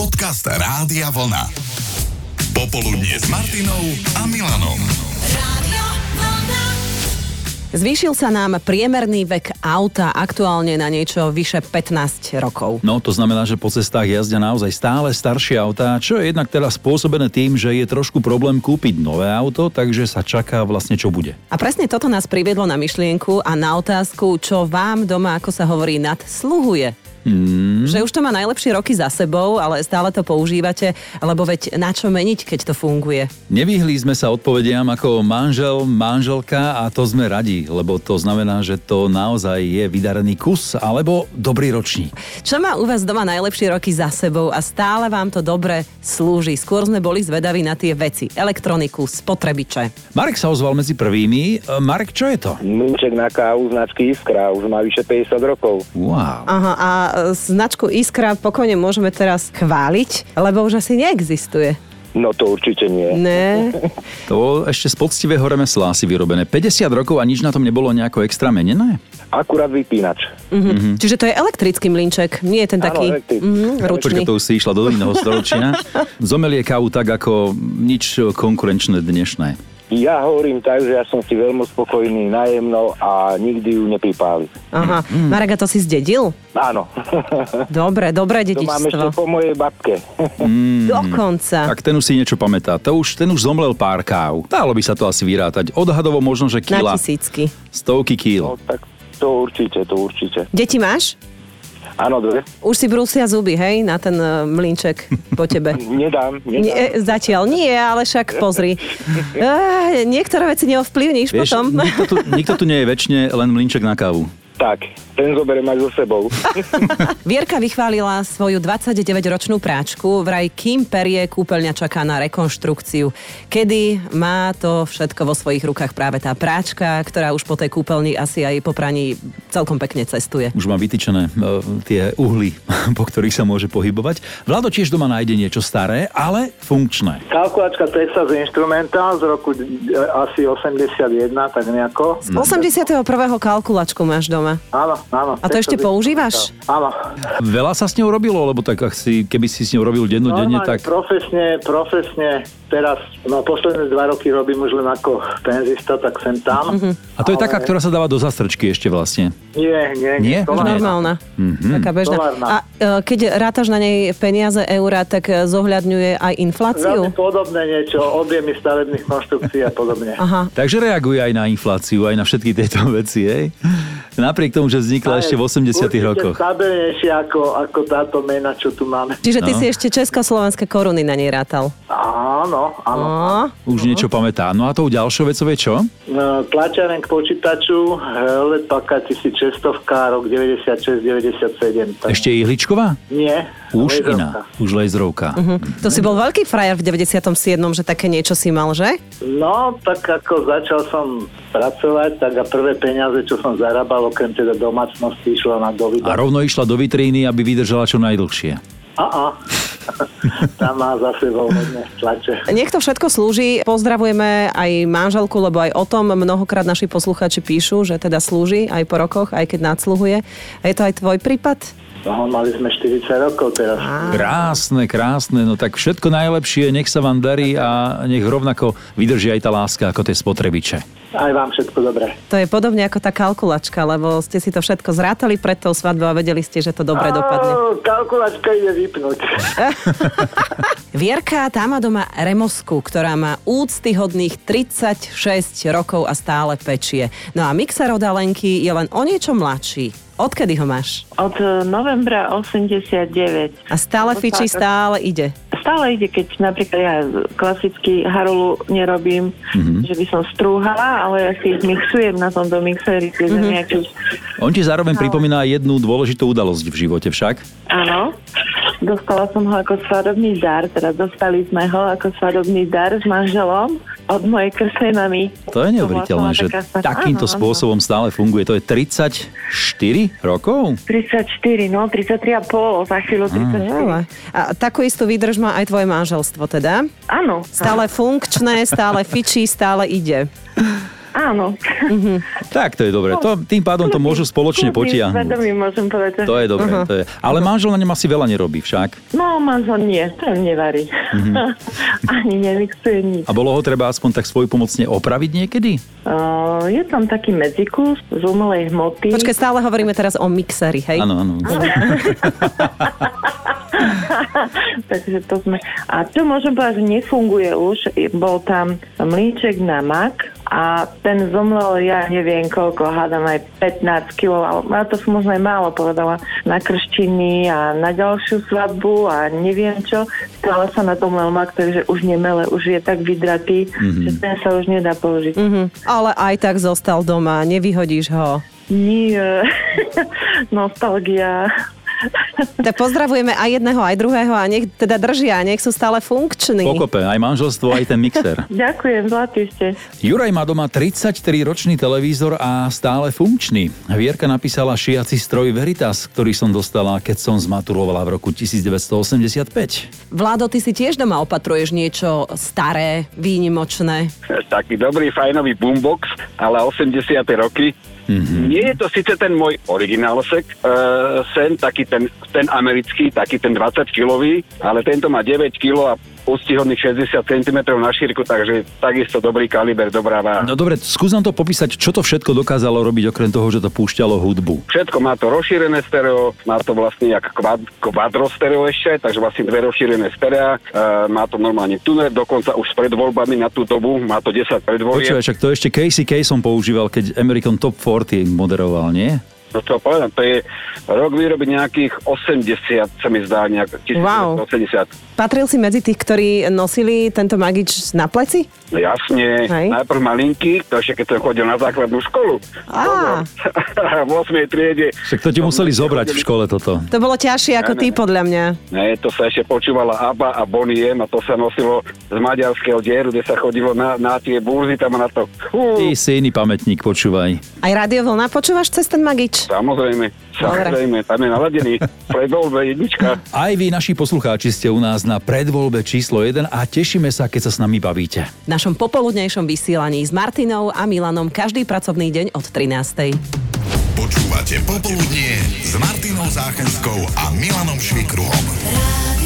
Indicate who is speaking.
Speaker 1: podcast Rádia Vlna. Popoludnie s Martinou a Milanom.
Speaker 2: Radio Vlna.
Speaker 3: Zvýšil sa nám priemerný vek auta aktuálne na niečo vyše 15 rokov.
Speaker 4: No, to znamená, že po cestách jazdia naozaj stále staršie autá, čo je jednak teda spôsobené tým, že je trošku problém kúpiť nové auto, takže sa čaká vlastne, čo bude.
Speaker 3: A presne toto nás priviedlo na myšlienku a na otázku, čo vám doma, ako sa hovorí, nadsluhuje. Hmm. Že už to má najlepšie roky za sebou, ale stále to používate, lebo veď na čo meniť, keď to funguje.
Speaker 4: Nevyhli sme sa odpovediam ako manžel, manželka a to sme radi, lebo to znamená, že to naozaj je vydarený kus alebo dobrý ročník.
Speaker 3: Čo má u vás doma najlepšie roky za sebou a stále vám to dobre slúži? Skôr sme boli zvedaví na tie veci, elektroniku, spotrebiče.
Speaker 4: Marek sa ozval medzi prvými. E, Marek, čo je to?
Speaker 5: Mlinček na kávu značky Iskra, už má vyše 50 rokov.
Speaker 4: Wow.
Speaker 3: Aha, a e, značku Iskra pokojne môžeme teraz chváliť, lebo už asi neexistuje.
Speaker 5: No to určite nie.
Speaker 3: Ne?
Speaker 4: To bolo ešte z poctivého remesla asi vyrobené. 50 rokov a nič na tom nebolo nejako extra menené?
Speaker 5: Akurát vypínač.
Speaker 3: Mm-hmm.
Speaker 4: Mhm.
Speaker 3: Čiže to je elektrický mlinček, nie je ten
Speaker 5: Áno,
Speaker 3: taký
Speaker 5: elektrický.
Speaker 3: mm, ručný.
Speaker 4: Počkaj, to už si išla do iného storočia. Zomelie kávu tak ako nič konkurenčné dnešné.
Speaker 5: Ja hovorím tak, že ja som si veľmi spokojný nájemnou a nikdy ju nepripáli.
Speaker 3: Aha,
Speaker 4: Mhm.
Speaker 3: Marek, a to si zdedil?
Speaker 5: Áno.
Speaker 3: Dobre, dobré
Speaker 5: to mám ešte
Speaker 3: dedičstvo.
Speaker 5: po mojej babke.
Speaker 3: Dokonca.
Speaker 4: Mhm. Tak ten už si niečo pamätá. To už, ten už zomlel pár káv. Dalo by sa to asi vyrátať. Odhadovo možno, že
Speaker 3: Na
Speaker 4: kila.
Speaker 3: tisícky.
Speaker 4: Stovky kýl.
Speaker 5: No tak to určite, to určite.
Speaker 3: Deti máš?
Speaker 5: Áno, dobre.
Speaker 3: Už si brúsia zuby, hej, na ten e, mlinček po tebe.
Speaker 5: Nedám, nedám.
Speaker 3: Nie, e- zatiaľ nie, ale však pozri. Eh, niektoré veci neovplyvníš
Speaker 4: Vieš, no,
Speaker 3: potom.
Speaker 4: nikto, tu, nikto tu nie je väčšine len mlinček na kávu.
Speaker 5: Tak, ten zoberiem aj so sebou.
Speaker 3: Vierka vychválila svoju 29-ročnú práčku. Vraj kým perie, kúpeľňa čaká na rekonštrukciu. Kedy má to všetko vo svojich rukách práve tá práčka, ktorá už po tej kúpeľni asi aj po praní celkom pekne cestuje.
Speaker 4: Už má vytýčené e, tie uhly, po ktorých sa môže pohybovať. Vlado tiež doma nájde niečo staré, ale funkčné.
Speaker 6: Kalkulačka Texas Instrumental z roku e, asi 81, tak nejako.
Speaker 4: Hm.
Speaker 3: Z 81. kalkulačku máš doma.
Speaker 6: Áno, áno.
Speaker 3: A to
Speaker 6: Texas
Speaker 3: ešte používaš?
Speaker 6: Instrumental. Áno.
Speaker 4: Veľa sa s ňou robilo, lebo tak ak si, keby si s ňou robil dennodenne,
Speaker 6: Normálne,
Speaker 4: tak...
Speaker 6: profesne, profesne, teraz, no posledné dva roky robím už len ako penzista, tak sem tam.
Speaker 3: Mhm.
Speaker 4: A to je taká, ktorá sa dáva do zastrčky ešte vlastne.
Speaker 6: Nie, nie,
Speaker 4: Nie?
Speaker 6: nie. to
Speaker 3: Už
Speaker 6: len-
Speaker 3: normálna. Taká bežná.
Speaker 6: Dolárna.
Speaker 3: A e, keď rátaš na nej peniaze, eurá, tak e, zohľadňuje aj infláciu?
Speaker 6: Veľmi podobné niečo, objemy stavebných konštrukcií a podobne.
Speaker 3: Aha.
Speaker 4: Takže reaguje aj na infláciu, aj na všetky tieto veci, hej? Napriek tomu, že vznikla ešte v 80
Speaker 6: Určite
Speaker 4: rokoch.
Speaker 6: stabilnejšie ako, ako táto mena, čo tu máme.
Speaker 3: Čiže ty
Speaker 4: No.
Speaker 3: si ešte československé koruny na nej rátal.
Speaker 6: Áno, áno.
Speaker 3: Á,
Speaker 4: Už niečo pamätá. No a tou ďalšou vecou je čo?
Speaker 6: No, Tlačaren k počítaču, LED paka 1600, rok 96-97. tak-
Speaker 4: Ešte ihličková?
Speaker 6: Nie.
Speaker 4: Už
Speaker 6: laserovka.
Speaker 4: iná. Už laserovka.
Speaker 3: to si bol veľký frajer v 97., že také niečo si mal, že?
Speaker 6: No, tak ako začal som pracovať, tak a prvé peniaze, čo som zarábal, okrem teda domácnosti, išlo na
Speaker 4: A
Speaker 6: dovida.
Speaker 4: rovno išla do vitríny, aby vydržala čo najdlhšie.
Speaker 6: A, a. Tam má za sebou hodne tlače.
Speaker 3: Nech to všetko slúži. Pozdravujeme aj manželku, lebo aj o tom mnohokrát naši posluchači píšu, že teda slúži aj po rokoch, aj keď nadsluhuje. A je to aj tvoj prípad?
Speaker 6: No, mali sme 40 rokov teraz.
Speaker 4: Krásne, krásne, no tak všetko najlepšie, nech sa vám darí a nech rovnako vydrží aj tá láska ako tie spotrebiče.
Speaker 6: Aj vám všetko dobré.
Speaker 3: To je podobne ako tá kalkulačka, lebo ste si to všetko zrátali pred tou svadbou a vedeli ste, že to dobre dopadne.
Speaker 6: Á, Kalkulačka ide vypnúť.
Speaker 3: Vierka, tá má doma remosku, ktorá má úctyhodných 36 rokov a stále pečie. No a mixer od Alenky je len o niečo mladší. Odkedy ho máš?
Speaker 7: Od e, novembra 89.
Speaker 3: A stále
Speaker 7: Lebo
Speaker 3: fičí,
Speaker 7: tak-
Speaker 3: stále ide.
Speaker 7: Stále ide, keď napríklad ja klasicky harolu nerobím,
Speaker 4: Mhm.
Speaker 7: mm-hmm. že by som strúhala, ale ja si ich mixujem na tomto mixeri,
Speaker 3: Mhm.
Speaker 7: tie mm-hmm. zemiaky.
Speaker 4: On ti zároveň pripomína jednu dôležitú udalosť v živote však.
Speaker 7: Áno. Dostala som ho ako svadobný dar, teda dostali sme ho ako svadobný dar s manželom od mojej krstnej mamy.
Speaker 4: To je neuveriteľné,
Speaker 7: bola
Speaker 4: že
Speaker 7: taká sa-
Speaker 4: takýmto
Speaker 7: áno, áno.
Speaker 4: spôsobom stále funguje. To je 34 rokov?
Speaker 7: 34, no 33,5, za chvíľu
Speaker 4: Mm.
Speaker 7: 34.
Speaker 3: Ale. A takú istú výdrž má aj tvoje manželstvo teda.
Speaker 7: Áno.
Speaker 3: Stále funkčné, stále fičí, stále ide.
Speaker 7: Áno.
Speaker 4: Tak to je dobre. To, tým pádom to môžu spoločne potiahnuť.
Speaker 7: Vedomím, môžem povedať.
Speaker 4: To je dobré. To je. Ale manžel na ňom asi veľa nerobí však.
Speaker 7: No, manžel nie, ten nevarí.
Speaker 4: Mhm.
Speaker 7: Ani nemixuje nič.
Speaker 4: A bolo ho treba aspoň tak svojpomocne opraviť niekedy?
Speaker 7: Uh, je tam taký medzikus z umelej hmoty.
Speaker 3: Počkaj, stále hovoríme teraz o mixeri, hej?
Speaker 4: Áno, áno.
Speaker 7: Takže to sme... A čo môžem povedať, že nefunguje už. Bol tam mlíček na mak a ten zomrel, ja neviem koľko, hádam aj 15 kg, ale ja to som možno aj málo povedala, na krštiny a na ďalšiu svadbu a neviem čo. Stále sa na tom lel mak, takže už nemele, už je tak vydratý, mm-hmm. že ten sa už nedá použiť. Mm-hmm.
Speaker 3: Mhm. Ale aj tak zostal doma, nevyhodíš ho.
Speaker 7: Nie, nostalgia.
Speaker 3: Tak pozdravujeme aj jedného, aj druhého a nech teda držia, nech sú stále funkční.
Speaker 4: Pokope, aj manželstvo, aj ten mixer.
Speaker 7: Ďakujem, zlatý ste.
Speaker 4: Juraj má doma 33-ročný televízor a stále funkčný. Vierka napísala šiaci stroj Veritas, ktorý som dostala, keď som zmaturovala v roku 1985.
Speaker 3: Vládo, ty si tiež doma opatruješ niečo staré, výnimočné.
Speaker 5: Taký dobrý, fajnový boombox, ale 80. roky. Mm-hmm. Nie je to síce ten môj originálosek, e, sen, taký ten, ten americký, taký ten 20-kilový, ale tento má 9 kg a ústihodných 60 cm na šírku, takže takisto dobrý kaliber, dobrá váha.
Speaker 4: No dobre, skús nám to popísať, čo to všetko dokázalo robiť, okrem toho, že to púšťalo hudbu.
Speaker 5: Všetko má to rozšírené stereo, má to vlastne jak kvad, kvadro stereo ešte, takže vlastne dve rozšírené stereá, e, má to normálne tuner, dokonca už s predvoľbami na tú dobu, má to 10 predvolie.
Speaker 4: Počúvaj, však to ešte Casey Kasem používal, keď American Top 40 moderoval, nie?
Speaker 5: No to povedám, to je rok výroby nejakých 80, sa mi zdá, nejak 1980.
Speaker 3: Wow. Patril si medzi tých, ktorí nosili tento magič na pleci?
Speaker 5: No Jasne,
Speaker 3: Hej.
Speaker 5: Hej. najprv malinky, to ešte keď som chodil na základnú školu.
Speaker 3: Á.
Speaker 5: Pozor. v 8. triede.
Speaker 4: Však to ti museli zobrať v škole toto.
Speaker 3: To bolo ťažšie ako ty, podľa mňa.
Speaker 5: Ne, No, to sa ešte počúvala ABBA a Bonnie M a to sa nosilo z maďarského dieru, kde sa chodilo na, na tie burzy tam a na to. Hú,
Speaker 4: Ty si iný pamätník, počúvaj.
Speaker 3: Aj radiovlna počúvaš cez ten magič?
Speaker 5: Samozrejme, samozrejme, tam je naladený. Predolbe jednička.
Speaker 4: Aj vy, naši poslucháči, ste u nás na predvoľbe číslo 1 a tešíme sa, keď sa s nami bavíte.
Speaker 3: V našom popoludnejšom vysielaní s Martinou a Milanom každý pracovný deň od 13.
Speaker 1: Počúvate Popoludnie s Martinou Záchenskou a Milanom Švikruhom.
Speaker 2: rádio